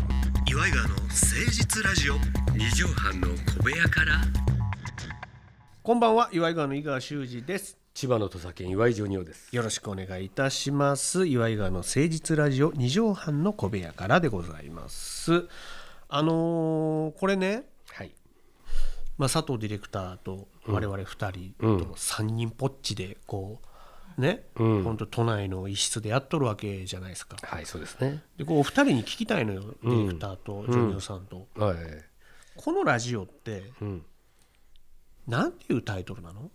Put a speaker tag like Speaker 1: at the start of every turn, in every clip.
Speaker 1: イガーの誠実ラジオ
Speaker 2: 二畳半の小部屋から
Speaker 1: こんばんは岩井川の井川修司です
Speaker 2: 千葉の土佐県岩井ジョニオです
Speaker 1: よろしくお願いいたします岩井川の誠実ラジオ二畳半の小部屋からでございますあのーこれね
Speaker 2: はい
Speaker 1: まあ、佐藤ディレクターと我々2
Speaker 2: うん
Speaker 1: 人と3人ぽっちでこうね、
Speaker 2: うん
Speaker 1: ほんと都内の一室でやっとるわけじゃないですか
Speaker 2: はいそうですね
Speaker 1: でこうお二人に聞きたいのよディレクターとジョニオさんと、
Speaker 2: はい
Speaker 1: このラジオって
Speaker 2: うん
Speaker 1: なんていうタイトルなの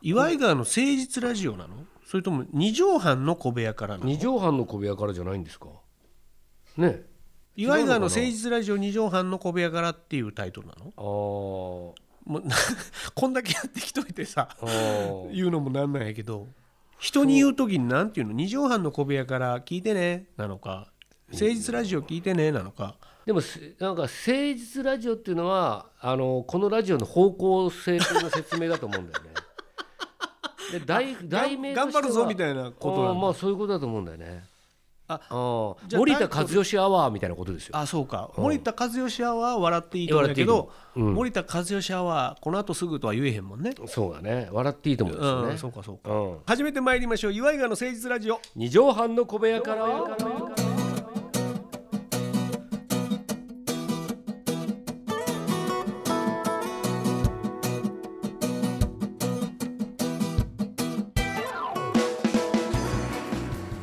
Speaker 1: 岩井川の誠実ラジオなのそれとも二畳半の小部屋からなの
Speaker 2: 二畳半の小部屋からじゃないんですかね
Speaker 1: 岩井川の
Speaker 2: 違うのか
Speaker 1: 誠
Speaker 2: な
Speaker 1: 実ラジオ二畳半の小部屋からっていうタイトルなの
Speaker 2: あー
Speaker 1: もう こんだけやってきといてさ
Speaker 2: あー
Speaker 1: 言うのもなんなんやけど人に言う時に何て言うの二畳半の小部屋から聞いてねなのか誠実ラジオ聞いてねなのか
Speaker 2: でもせなんか誠実ラジオっていうのはあのこのラジオの方向性というの説明だと思うんだよねで題題名として
Speaker 1: 頑
Speaker 2: は
Speaker 1: 張るぞみたいなこと
Speaker 2: あ
Speaker 1: なの
Speaker 2: ーまあそういうことだと思うんだよね
Speaker 1: あ
Speaker 2: あ
Speaker 1: じ
Speaker 2: あ
Speaker 1: ゃあ
Speaker 2: 森田和義アワーみたいなことですよ
Speaker 1: あそうか、
Speaker 2: うん
Speaker 1: 森田和義アワーは笑っていいと思うんだけど、
Speaker 2: いいうん
Speaker 1: 森田和義アワーこの後すぐとは言えへんもんね。
Speaker 2: そうだね笑っていいと思うんですよ
Speaker 1: う
Speaker 2: ね、
Speaker 1: ん、そうかそうか。
Speaker 2: うん
Speaker 1: 始めてまいりましょう岩井川の誠実ラジオ。
Speaker 2: 二畳半の小部屋から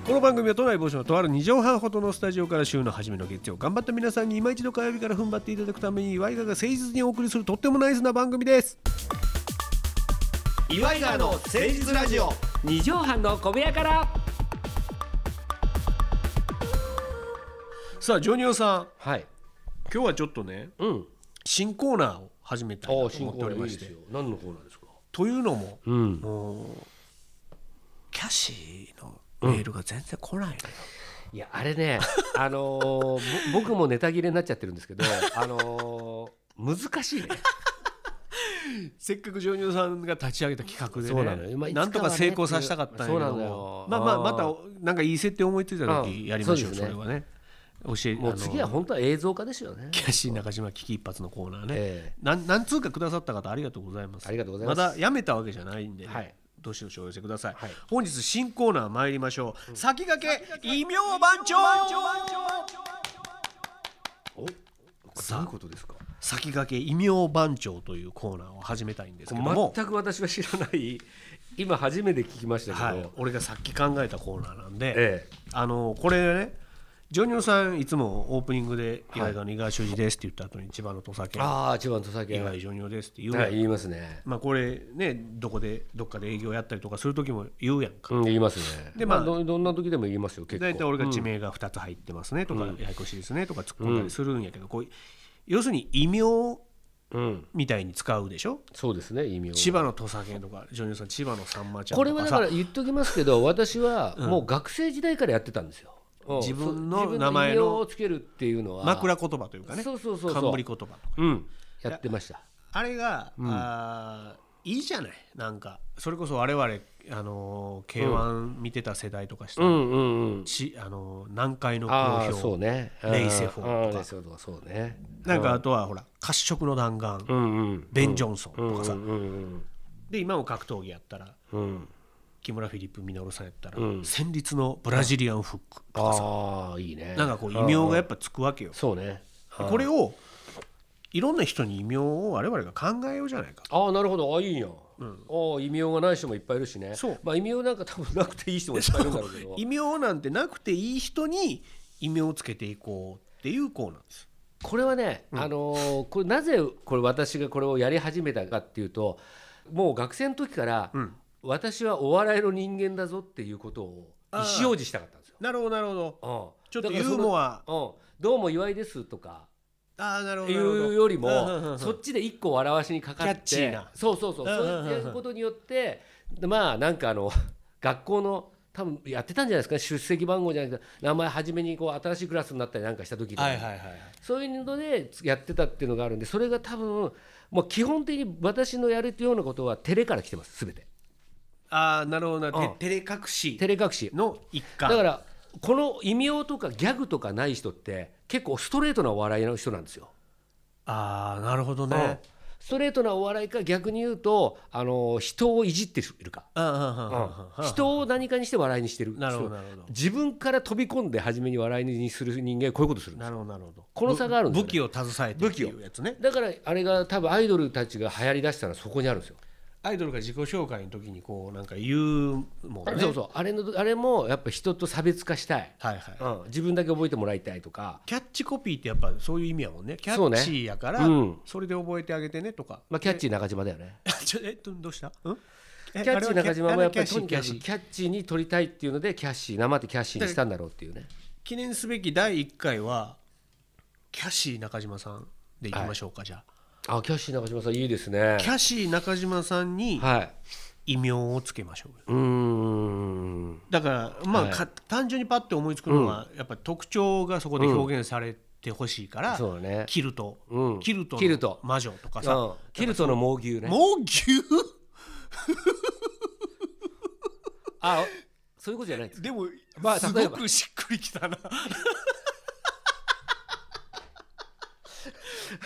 Speaker 1: この番組は都内某所のとある2畳半ほどのスタジオから週の初めの月曜頑張った皆さんに今一度火曜日から踏ん張っていただくために岩井川が誠実にお送りするとってもナイスな番組です岩井川の誠実ラジオ
Speaker 2: 二畳半の小部屋から
Speaker 1: さあジョニオさん
Speaker 2: はい
Speaker 1: 今日はちょっとね
Speaker 2: うん
Speaker 1: 新コーナーを始めたい
Speaker 2: ああ
Speaker 1: なと
Speaker 2: 進
Speaker 1: 思っており
Speaker 2: 行いい
Speaker 1: ま
Speaker 2: で
Speaker 1: して
Speaker 2: すよ何のコーナーですか
Speaker 1: というのも
Speaker 2: うん
Speaker 1: もうキャシーのメールが全然来ないのよ、
Speaker 2: いやあれ ねあのーぼ僕もネタ切れになっちゃってるんですけどあのー難 しいね
Speaker 1: せっかくジョニオさんが立ち上げた企画でね
Speaker 2: そうなのよまあいつか
Speaker 1: な
Speaker 2: は
Speaker 1: んと
Speaker 2: ね
Speaker 1: か成功させたかったんやけど
Speaker 2: そうなの
Speaker 1: も
Speaker 2: よ
Speaker 1: まあまあ
Speaker 2: あー
Speaker 1: またおなんかいい設定思いついた時やりましょう,、
Speaker 2: うん
Speaker 1: そ
Speaker 2: そう
Speaker 1: れ
Speaker 2: ですね
Speaker 1: はね教え
Speaker 2: もう次は
Speaker 1: あの
Speaker 2: 本当は映像化ですよね
Speaker 1: キャシー中島危機一髪のコーナーね、
Speaker 2: え
Speaker 1: なんなんつうかくださった方ありがとうございます
Speaker 2: ありがとうございます
Speaker 1: だやめたわけじゃないんでね、
Speaker 2: はい
Speaker 1: どしどしお寄せください、
Speaker 2: はい
Speaker 1: 本日新コーナー参りましょう、先駆け異名番長
Speaker 2: おどういうことですか
Speaker 1: 先駆け異名番長というコーナーを始めたいんですけども
Speaker 2: 全く私は知らない今初めて聞きましたけど、
Speaker 1: はい、俺がさっき考えたコーナーなんで、
Speaker 2: ええ
Speaker 1: あのこれねジョニオさんいつもオープニングで「岩井川の井川修司です」って言った後に千葉の土佐県
Speaker 2: ああ千葉の土佐
Speaker 1: 「岩
Speaker 2: 県
Speaker 1: 井ジョニオです」って言うやん、
Speaker 2: はい言いますね
Speaker 1: まあこれねどこでどっかで営業やったりとかする時も言うやんか
Speaker 2: うん言いますね
Speaker 1: で
Speaker 2: で
Speaker 1: まあ
Speaker 2: まあどどんな時でも言いますよ結構
Speaker 1: 大体俺が地名が2つ入ってますねとか、ややこしいですねとか突っ込んだりするんやけど、こう要するに異名
Speaker 2: うん
Speaker 1: みたいに使うでしょ
Speaker 2: そうですね意味を
Speaker 1: 千葉の土佐県とかジョニオさん千葉のさんまちゃん
Speaker 2: これ
Speaker 1: と
Speaker 2: は
Speaker 1: か
Speaker 2: だか
Speaker 1: さ
Speaker 2: ら言っときますけど私はもう学生時代からやってたんですよ、うん
Speaker 1: 自分の
Speaker 2: そう自
Speaker 1: 名前の
Speaker 2: 異名をつけるっていうのは
Speaker 1: 枕言葉というかね
Speaker 2: そうそうそうそう
Speaker 1: 冠言葉とか
Speaker 2: うんやってました
Speaker 1: あれが、あーいいじゃないなんかそれこそ我々、あの k 1見てた世代とかした
Speaker 2: う
Speaker 1: ら、
Speaker 2: んうんうん
Speaker 1: ちあのー南海の
Speaker 2: あ
Speaker 1: 好
Speaker 2: あそう
Speaker 1: 評、
Speaker 2: ね
Speaker 1: レイセフォーとか
Speaker 2: うんレイセフォーとかそうね
Speaker 1: なんかあとはほら「褐色の弾丸」
Speaker 2: うんうん
Speaker 1: ベン・ジョンソン」とかさ、
Speaker 2: うんうん
Speaker 1: で今も格闘技やったら
Speaker 2: うんうん
Speaker 1: 木村フィリップ稔さんやったら、
Speaker 2: うん
Speaker 1: 戦慄のブラジリアンフックとかさ
Speaker 2: ああいいね
Speaker 1: なんかこう異名がやっぱつくわけよ。
Speaker 2: そうね
Speaker 1: でこれをいろんな人に異名を我々が考えようじゃないか
Speaker 2: ああなるほどああいいやん、ああ異名がない人もいっぱいいるしね
Speaker 1: そう
Speaker 2: まあ異名なんか多分なくていい人もいっぱいいるんだろう けど
Speaker 1: 異名なんてなくていい人に異名をつけていこうっていうコーナーです。
Speaker 2: これはね、あのーこれなぜこれ私がこれをやり始めたかっていうともう学生の時から、私はお笑いの人間だぞっていうことを意思表示したかったんですよ。
Speaker 1: なるほどなるほど。
Speaker 2: うん
Speaker 1: ちょっと
Speaker 2: だか
Speaker 1: ユ
Speaker 2: らその
Speaker 1: ーモア。
Speaker 2: うん、どうも岩井ですとか
Speaker 1: ああなるほど
Speaker 2: い
Speaker 1: なるほど。
Speaker 2: うよりも、
Speaker 1: うんうんうん
Speaker 2: そっちで一個笑わしにかかって
Speaker 1: キャッチーな
Speaker 2: そうそうそう,、
Speaker 1: うんうんうんうん
Speaker 2: そういうことによってでまあなんかあの 学校の多分やってたんじゃないですか出席番号じゃなくて名前初めにこう新しいクラスになったりなんかした時に、
Speaker 1: はいはいはいはい。
Speaker 2: そういうのでやってたっていうのがあるんでそれが多分もう基本的に私のやるようなことは照れから来てます全て
Speaker 1: ああなるほどな。
Speaker 2: うん
Speaker 1: て照れ隠し
Speaker 2: 照れ隠し
Speaker 1: の一環。
Speaker 2: だからこの異名とかギャグとかない人って結構ストレートなお笑いの人なんですよ。
Speaker 1: ああなるほどね、
Speaker 2: うんストレートなお笑いか逆に言うとあの人をいじってるか、
Speaker 1: うんうんうんうん
Speaker 2: うん人を何かにして笑いにしてる
Speaker 1: なるほど
Speaker 2: 人
Speaker 1: なるほど
Speaker 2: 自分から飛び込んで初めに笑いにする人間はこういうことするんで
Speaker 1: な
Speaker 2: す
Speaker 1: るほどなるほど
Speaker 2: この差があるんですよ
Speaker 1: 武器を携えてっていうやつね
Speaker 2: だからあれが多分アイドルたちが流行りだしたのはそこにあるんですよ、
Speaker 1: アイドルが自己紹介の時にこうなんか言うもんね
Speaker 2: そうそうあれのあれもやっぱ人と差別化したい、
Speaker 1: はいはい
Speaker 2: うん、自分だけ覚えてもらいたいとか、
Speaker 1: キャッチコピーってやっぱそういう意味やもんねキャ
Speaker 2: そ
Speaker 1: ッ
Speaker 2: うね
Speaker 1: チーやか
Speaker 2: う
Speaker 1: らそ,、
Speaker 2: ん
Speaker 1: れで覚えてあげてねとか
Speaker 2: まあ、キャッチー中島だよね
Speaker 1: ちょえどどうした、うん、
Speaker 2: キ
Speaker 1: え
Speaker 2: ャッチー中島もやっぱり
Speaker 1: あ
Speaker 2: と
Speaker 1: れは
Speaker 2: に
Speaker 1: キャッ
Speaker 2: かく
Speaker 1: チ
Speaker 2: キ
Speaker 1: ーキャッチー
Speaker 2: ャッチーに撮りたいっていうのでキャッシー生ってキャッシーにしたんだろうっていうね
Speaker 1: 記念すべき第1回はキャッシー中島さんでいきましょうか、じゃ
Speaker 2: あキャッシー中島さんいいですね
Speaker 1: あキャッシー中島さんに
Speaker 2: はい
Speaker 1: 異名をつけましょうよ
Speaker 2: うーん
Speaker 1: だからまあ、
Speaker 2: はい
Speaker 1: か単純にパッて思いつくのは、やっぱ特徴がそこで表現されてほしいから、
Speaker 2: そうだね
Speaker 1: キルト、
Speaker 2: うん
Speaker 1: キルト
Speaker 2: キルト
Speaker 1: の魔女とかさ、
Speaker 2: うんキルトの猛牛ね
Speaker 1: もう牛
Speaker 2: あそういうことじゃないです
Speaker 1: でも、
Speaker 2: まあ
Speaker 1: す
Speaker 2: 例え
Speaker 1: ご
Speaker 2: ば
Speaker 1: くしっくりきた な。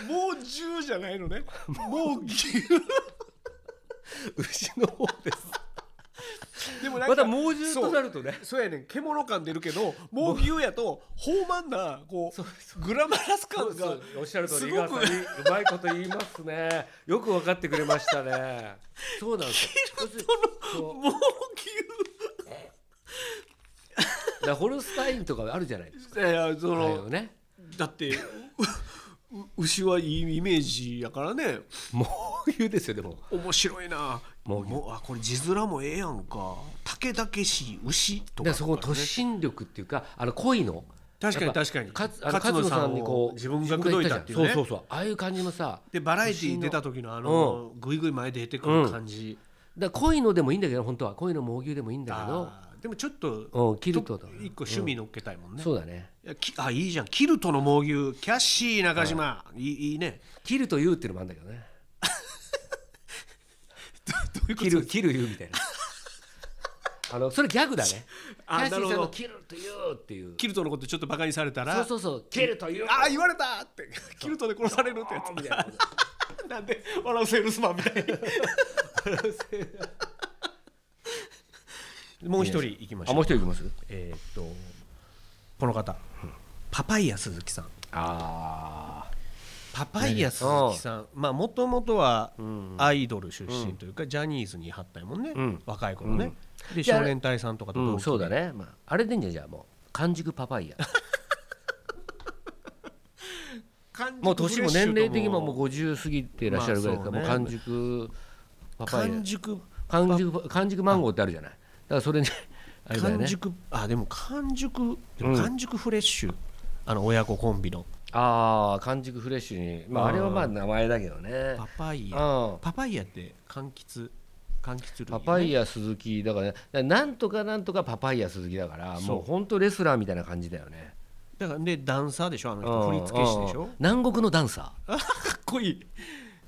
Speaker 1: もう十じゃないのね。もう牛。
Speaker 2: 牛の方です
Speaker 1: でもなん
Speaker 2: ま
Speaker 1: か
Speaker 2: た猛獣となるとね
Speaker 1: そうやねん獣感出るけどもう牛やと豊満なこうグラマラス
Speaker 2: そ
Speaker 1: 感
Speaker 2: うそ
Speaker 1: が
Speaker 2: うおっしゃる通
Speaker 1: す
Speaker 2: り井
Speaker 1: ご
Speaker 2: 川
Speaker 1: く
Speaker 2: さんいいうまいこと言います ねよく分かってくれましたねそうなんですよそう
Speaker 1: もう
Speaker 2: だからホルスタインとかあるじゃないです
Speaker 1: 牛いやいやそ
Speaker 2: か、
Speaker 1: の、
Speaker 2: あれをね
Speaker 1: だって うう牛はいいイメージやからね
Speaker 2: 猛牛ですよでも
Speaker 1: 面白いな
Speaker 2: も
Speaker 1: も
Speaker 2: う
Speaker 1: うあこれ字面もええやんか竹だけし牛と
Speaker 2: だ
Speaker 1: か
Speaker 2: からそこの突進力っていうかあの恋の
Speaker 1: 確か
Speaker 2: や
Speaker 1: に
Speaker 2: っぱ
Speaker 1: 確かに
Speaker 2: 勝あの勝野さんにこう
Speaker 1: 自分が口説いたっていうね
Speaker 2: 自分が言ったじゃんそうそうそうああいう感じもさ
Speaker 1: でバラエティー出た時のあのグイグイ前で出てくる感じ、
Speaker 2: だから恋のでもいいんだけど本当は恋の猛牛でもいいんだけど
Speaker 1: あーでもちょっと
Speaker 2: うん、キルトだ
Speaker 1: と一個趣味乗っけたいもんね、
Speaker 2: そうだね
Speaker 1: いやきあいいじゃんキルトの猛牛キャッシー中島、い、いいいね
Speaker 2: キルとユーっていうのもあるんだけどね
Speaker 1: どういう
Speaker 2: キルキルユーみたいなあのそれギャグだねキ
Speaker 1: あ
Speaker 2: ャシー
Speaker 1: な
Speaker 2: さ
Speaker 1: る
Speaker 2: ん
Speaker 1: ほ
Speaker 2: の
Speaker 1: ど
Speaker 2: キルとユーっていう
Speaker 1: キルトのことちょっとバカにされたら
Speaker 2: そうそうそうキルとユー
Speaker 1: ああ言われたってキルトで殺されるってや
Speaker 2: みたいな
Speaker 1: つ なんで笑うセールスマンみたい にもう一人いきまし
Speaker 2: あ
Speaker 1: ょう
Speaker 2: もう一人いきます
Speaker 1: えーっとこの方、パパイヤ鈴木さん
Speaker 2: あ
Speaker 1: パパイヤ鈴木さんまあもともとはアイドル出身というか、ジャニーズに張ったいもんね、
Speaker 2: ん
Speaker 1: 若い頃ね、で
Speaker 2: じゃあ
Speaker 1: 少年隊さんとかと
Speaker 2: あ、う
Speaker 1: 同
Speaker 2: ん、
Speaker 1: 期
Speaker 2: そうだね、まあ、あれでいいんじゃんじゃあもう完熟 パパイヤもう年も年齢的にももう50過ぎていらっしゃるぐらいから、
Speaker 1: まあそうね
Speaker 2: もう完熟パパイヤ
Speaker 1: 完熟
Speaker 2: 完熟完熟マンゴーってあるじゃないだからそれにあれだよ
Speaker 1: 完
Speaker 2: ね
Speaker 1: 熟あでも完熟でも完熟フレッシュ、あの親子コンビの
Speaker 2: ああ完熟フレッシュにまああれはまあ名前だけどね
Speaker 1: パパイヤ
Speaker 2: うん
Speaker 1: パパイヤって柑橘柑橘類、ね、
Speaker 2: パパイヤ鈴木だからねだからなんとかなんとかパパイヤ鈴木だからもう本当レスラーみたいな感じだよね
Speaker 1: だからでダンサーでしょあの
Speaker 2: うん
Speaker 1: 人振付師でし
Speaker 2: う
Speaker 1: ょ
Speaker 2: ん南国のダンサ
Speaker 1: かっこいい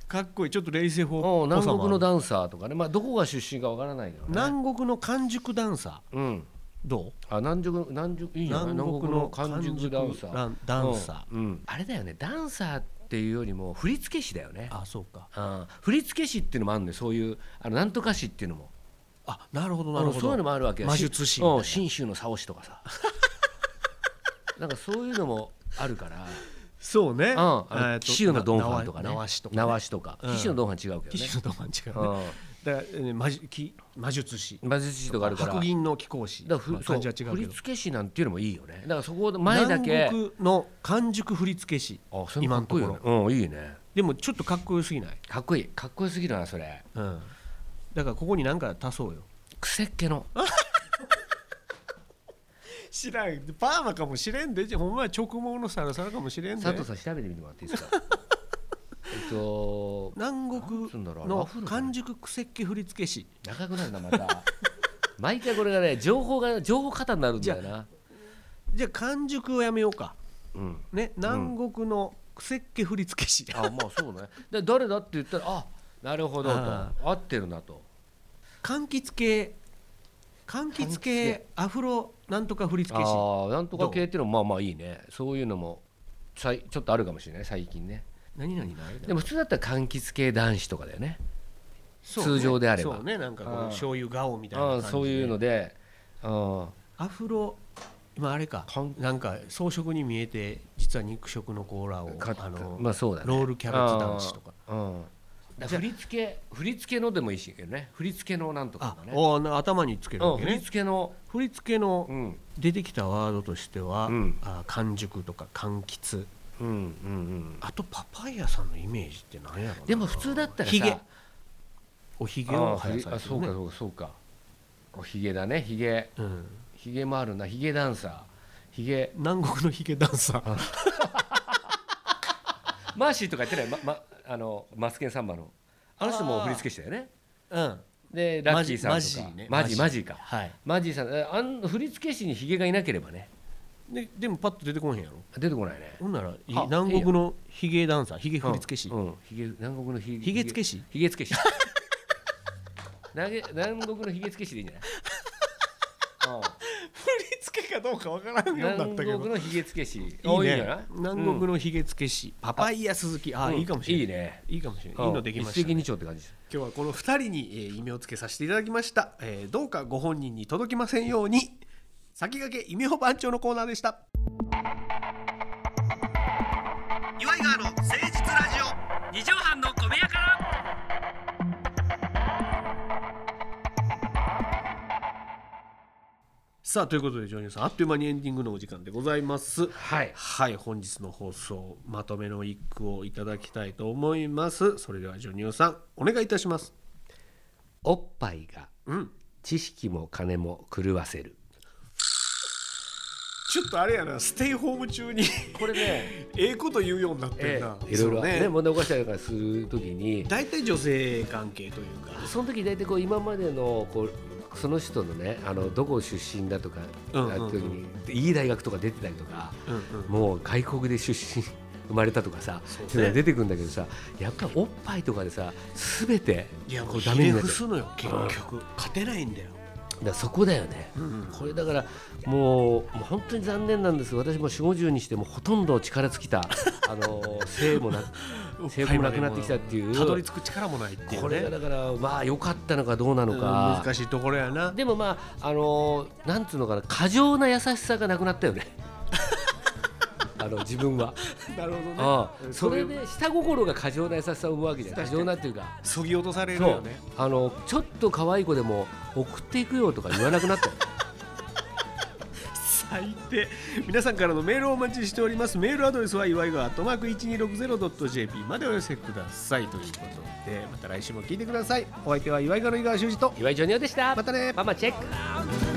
Speaker 1: かっこいいちょっと冷静
Speaker 2: ーうん
Speaker 1: 法
Speaker 2: 南国のダンサーとかねまあどこが出身かわからないけどね
Speaker 1: 南国の完熟ダンサー
Speaker 2: うん
Speaker 1: ど
Speaker 2: あ南熟南熟いいうじゃない南国の完熟ダンサ
Speaker 1: 完熟ラ
Speaker 2: ー
Speaker 1: ンダンサー、
Speaker 2: うんうんあれだよねダンサーっていうよりも振付師だよね
Speaker 1: あそうか
Speaker 2: あー振付師っていうのもあるんでそういうあのなんとか師っていうのも
Speaker 1: あなるほどなるほ
Speaker 2: う
Speaker 1: ど
Speaker 2: んそういうのもあるわけよ
Speaker 1: 魔術師
Speaker 2: しうん信州の竿師とかさなんかそういうのもあるから
Speaker 1: そうね、
Speaker 2: うんあ
Speaker 1: えー
Speaker 2: の
Speaker 1: と
Speaker 2: 紀州のドンファンとかね
Speaker 1: 縄しとか、
Speaker 2: 縄師とか
Speaker 1: うん
Speaker 2: 紀州のドンファン違うけ
Speaker 1: 紀州のドンファン違う
Speaker 2: ど
Speaker 1: ね、
Speaker 2: ね
Speaker 1: だから、えー魔術き魔術師
Speaker 2: うん魔術師とかあるから
Speaker 1: 白
Speaker 2: だか
Speaker 1: 銀の貴公子
Speaker 2: らふ
Speaker 1: まあ
Speaker 2: そ
Speaker 1: 感
Speaker 2: う
Speaker 1: じは違うけ
Speaker 2: 振
Speaker 1: ど
Speaker 2: 付師なんていうのもいいよねだからそこで前だけ
Speaker 1: 南国の完熟振付師
Speaker 2: あそれ
Speaker 1: 今
Speaker 2: もか
Speaker 1: の
Speaker 2: っ
Speaker 1: と
Speaker 2: こ
Speaker 1: こ
Speaker 2: いい
Speaker 1: ろ
Speaker 2: よねうんいいね
Speaker 1: でもちょっとかっこよすぎない、
Speaker 2: かっこいいかっこよすぎるなそれ
Speaker 1: うん、だからここに何か足そうよ
Speaker 2: 癖っ気の
Speaker 1: 知らんパーマかもしれんでじゃほんまは直毛のサラサラかもしれんで
Speaker 2: 佐藤さん調べてみてもらっていいですか えっと
Speaker 1: 南
Speaker 2: なんつうん
Speaker 1: 国
Speaker 2: だろうあれア
Speaker 1: の
Speaker 2: フロだね
Speaker 1: 完熟苦節振付師
Speaker 2: 長くなるなまた毎回これがね情報が情報型になるんだよな
Speaker 1: じゃあ完熟をやめようか
Speaker 2: うん
Speaker 1: ね南国の苦節振付師
Speaker 2: あまあそうねで誰だって言ったらあなるほどと
Speaker 1: あ
Speaker 2: 合ってるなと
Speaker 1: 柑橘系
Speaker 3: 柑橘系アフロなんとか振付師
Speaker 2: ああなんとか系っていうのもまあまあいいねそういうのもさいちょっとあるかもしれない最近ね
Speaker 3: 何々のあれだ
Speaker 2: でも普通だったら柑橘系男子とかだよね
Speaker 3: そう
Speaker 2: 通常であれば
Speaker 3: そうねなんかこ
Speaker 2: あ
Speaker 3: う
Speaker 2: ー
Speaker 3: 醤油顔みたいな
Speaker 2: あ
Speaker 3: 感
Speaker 2: あ
Speaker 3: じで
Speaker 2: そういうのでうん
Speaker 3: アフロ今あれか
Speaker 2: 柑
Speaker 3: なんか装飾に見えて実は肉食のコーラを
Speaker 2: か
Speaker 3: あの、
Speaker 2: まあそうだね
Speaker 3: ロールキャベツ男子とか
Speaker 2: あーうんだから振り付け振り付けのでもいいしけどね振り付けのなんと
Speaker 3: あ
Speaker 2: か、だね
Speaker 3: おな頭につける
Speaker 2: うん
Speaker 3: わけ
Speaker 2: 振り
Speaker 3: ね
Speaker 2: 付けの
Speaker 3: 振り付けの
Speaker 2: うん
Speaker 3: 出てきたワードとしては、
Speaker 2: うん
Speaker 3: あ完熟とか柑橘
Speaker 2: うんうんうん
Speaker 3: あとパパイヤさんのイメージって何やろうな
Speaker 2: でも普通だったらさ
Speaker 3: ひげおひげ
Speaker 2: あ
Speaker 3: を
Speaker 2: あ
Speaker 3: 生やされ
Speaker 2: あ
Speaker 3: て
Speaker 2: そ
Speaker 3: る
Speaker 2: う
Speaker 3: ね
Speaker 2: かそうかそうかおひげだねひげ
Speaker 3: うん、
Speaker 2: ひげもあるなひげダンサーひげ
Speaker 3: 南国のひげダン サー
Speaker 2: マーシーとか言ってない、まま、あのマスケンサンバのあの人も振り付けしたよね
Speaker 3: うん
Speaker 2: でラッキーさんとか
Speaker 3: マジマジね
Speaker 2: マジ
Speaker 3: マ
Speaker 2: マ
Speaker 3: ジ
Speaker 2: ジか
Speaker 3: はい
Speaker 2: マジさんえあん振り付け師にひげがいなければね
Speaker 3: ででもパッと出てこへんやろ
Speaker 2: 出てこないね
Speaker 3: ほんならい
Speaker 2: あ
Speaker 3: 南国のひげダンサーひげ振り付け師、
Speaker 2: うんひげ南国のひ
Speaker 3: ひげつけ師
Speaker 2: ひげつけ師 なげ南国のひげつけ師でいいんじゃないうん
Speaker 3: 振り付けかどうかわからん
Speaker 2: 南国のひげつけ師いいね
Speaker 3: いい
Speaker 2: んじゃない
Speaker 3: ね南国のひげつけ師、パパイヤ鈴木あ、
Speaker 2: うん
Speaker 3: いいかもしれない
Speaker 2: いいね
Speaker 3: いいかもしれ
Speaker 2: う
Speaker 3: なんいいいのできました、
Speaker 2: 一石
Speaker 3: ね、
Speaker 2: 二鳥って感じです
Speaker 1: 今日はこの2人に、えー、異名をつけさせていただきました、えーどうかご本人に届きませんように先駆け異名番長のコーナーでした岩井川の誠実ラジオ
Speaker 2: 二畳半の小部屋から
Speaker 1: さあということでジョニーさんあっという間にエンディングのお時間でございます
Speaker 2: はい
Speaker 1: はい本日の放送まとめの一句をいただきたいと思いますそれではジョニオさんお願いいたします
Speaker 2: おっぱいが
Speaker 1: うん
Speaker 2: 知識も金も狂わせる
Speaker 1: ちょっとあれやなステイホーム中に
Speaker 2: これね、
Speaker 1: ええこと言うようになってる
Speaker 2: え
Speaker 1: な、
Speaker 2: えいろいろね
Speaker 1: そう
Speaker 2: 問題起こしたりとかするときに
Speaker 1: 大体女性関係というか
Speaker 2: その時大体こう今までのこうその人のねあのどこ出身だとか、
Speaker 1: うんうんうん
Speaker 2: あの時にいい大学とか出てたりとか、
Speaker 1: うんうん
Speaker 2: もう外国で出身 生まれたとかさ
Speaker 1: そうね
Speaker 2: そういうのが出てくるんだけどさやっぱりおっぱいとかでさ全て
Speaker 1: いやも
Speaker 2: こ
Speaker 1: う
Speaker 2: う
Speaker 1: ひ
Speaker 2: ダメ
Speaker 1: れ
Speaker 2: になっちゃ
Speaker 1: 伏す
Speaker 2: う
Speaker 1: のよ結局、勝てないんだよ、
Speaker 2: だからそこだよね。これだからもうもう本当に残念なんです私も4 5 0にしてもうほとんど力尽き たあの性もな性もなくなってきたっていう
Speaker 1: たどり着く力もないっていうね
Speaker 2: これがだからまあ良かったのかどうなの
Speaker 1: うん
Speaker 2: か
Speaker 1: 難しいところや な
Speaker 2: でもまああのなんつうのかな過剰な優しさがなくなったよ ねあの自分は
Speaker 1: なるほどね
Speaker 2: ああ
Speaker 1: そ
Speaker 2: そ
Speaker 1: れ
Speaker 2: れで下心が過剰な優しさを生むわけじゃない過剰なっていうか
Speaker 1: そぎ落とされる
Speaker 2: そ
Speaker 1: よ
Speaker 2: う
Speaker 1: ね
Speaker 2: あのちょっと可愛い子でも送っていくよとか言わなくな ったよ
Speaker 1: 最低皆さんからのメールをお待ちしておりますメールアドレスは祝いがトマーク 1260.jp までお寄せくださいということでまた来週も聞いてくださいお相手は祝いがの井川修司と
Speaker 2: 岩井ジョニオでした
Speaker 1: またね
Speaker 2: ママチェック
Speaker 4: Out.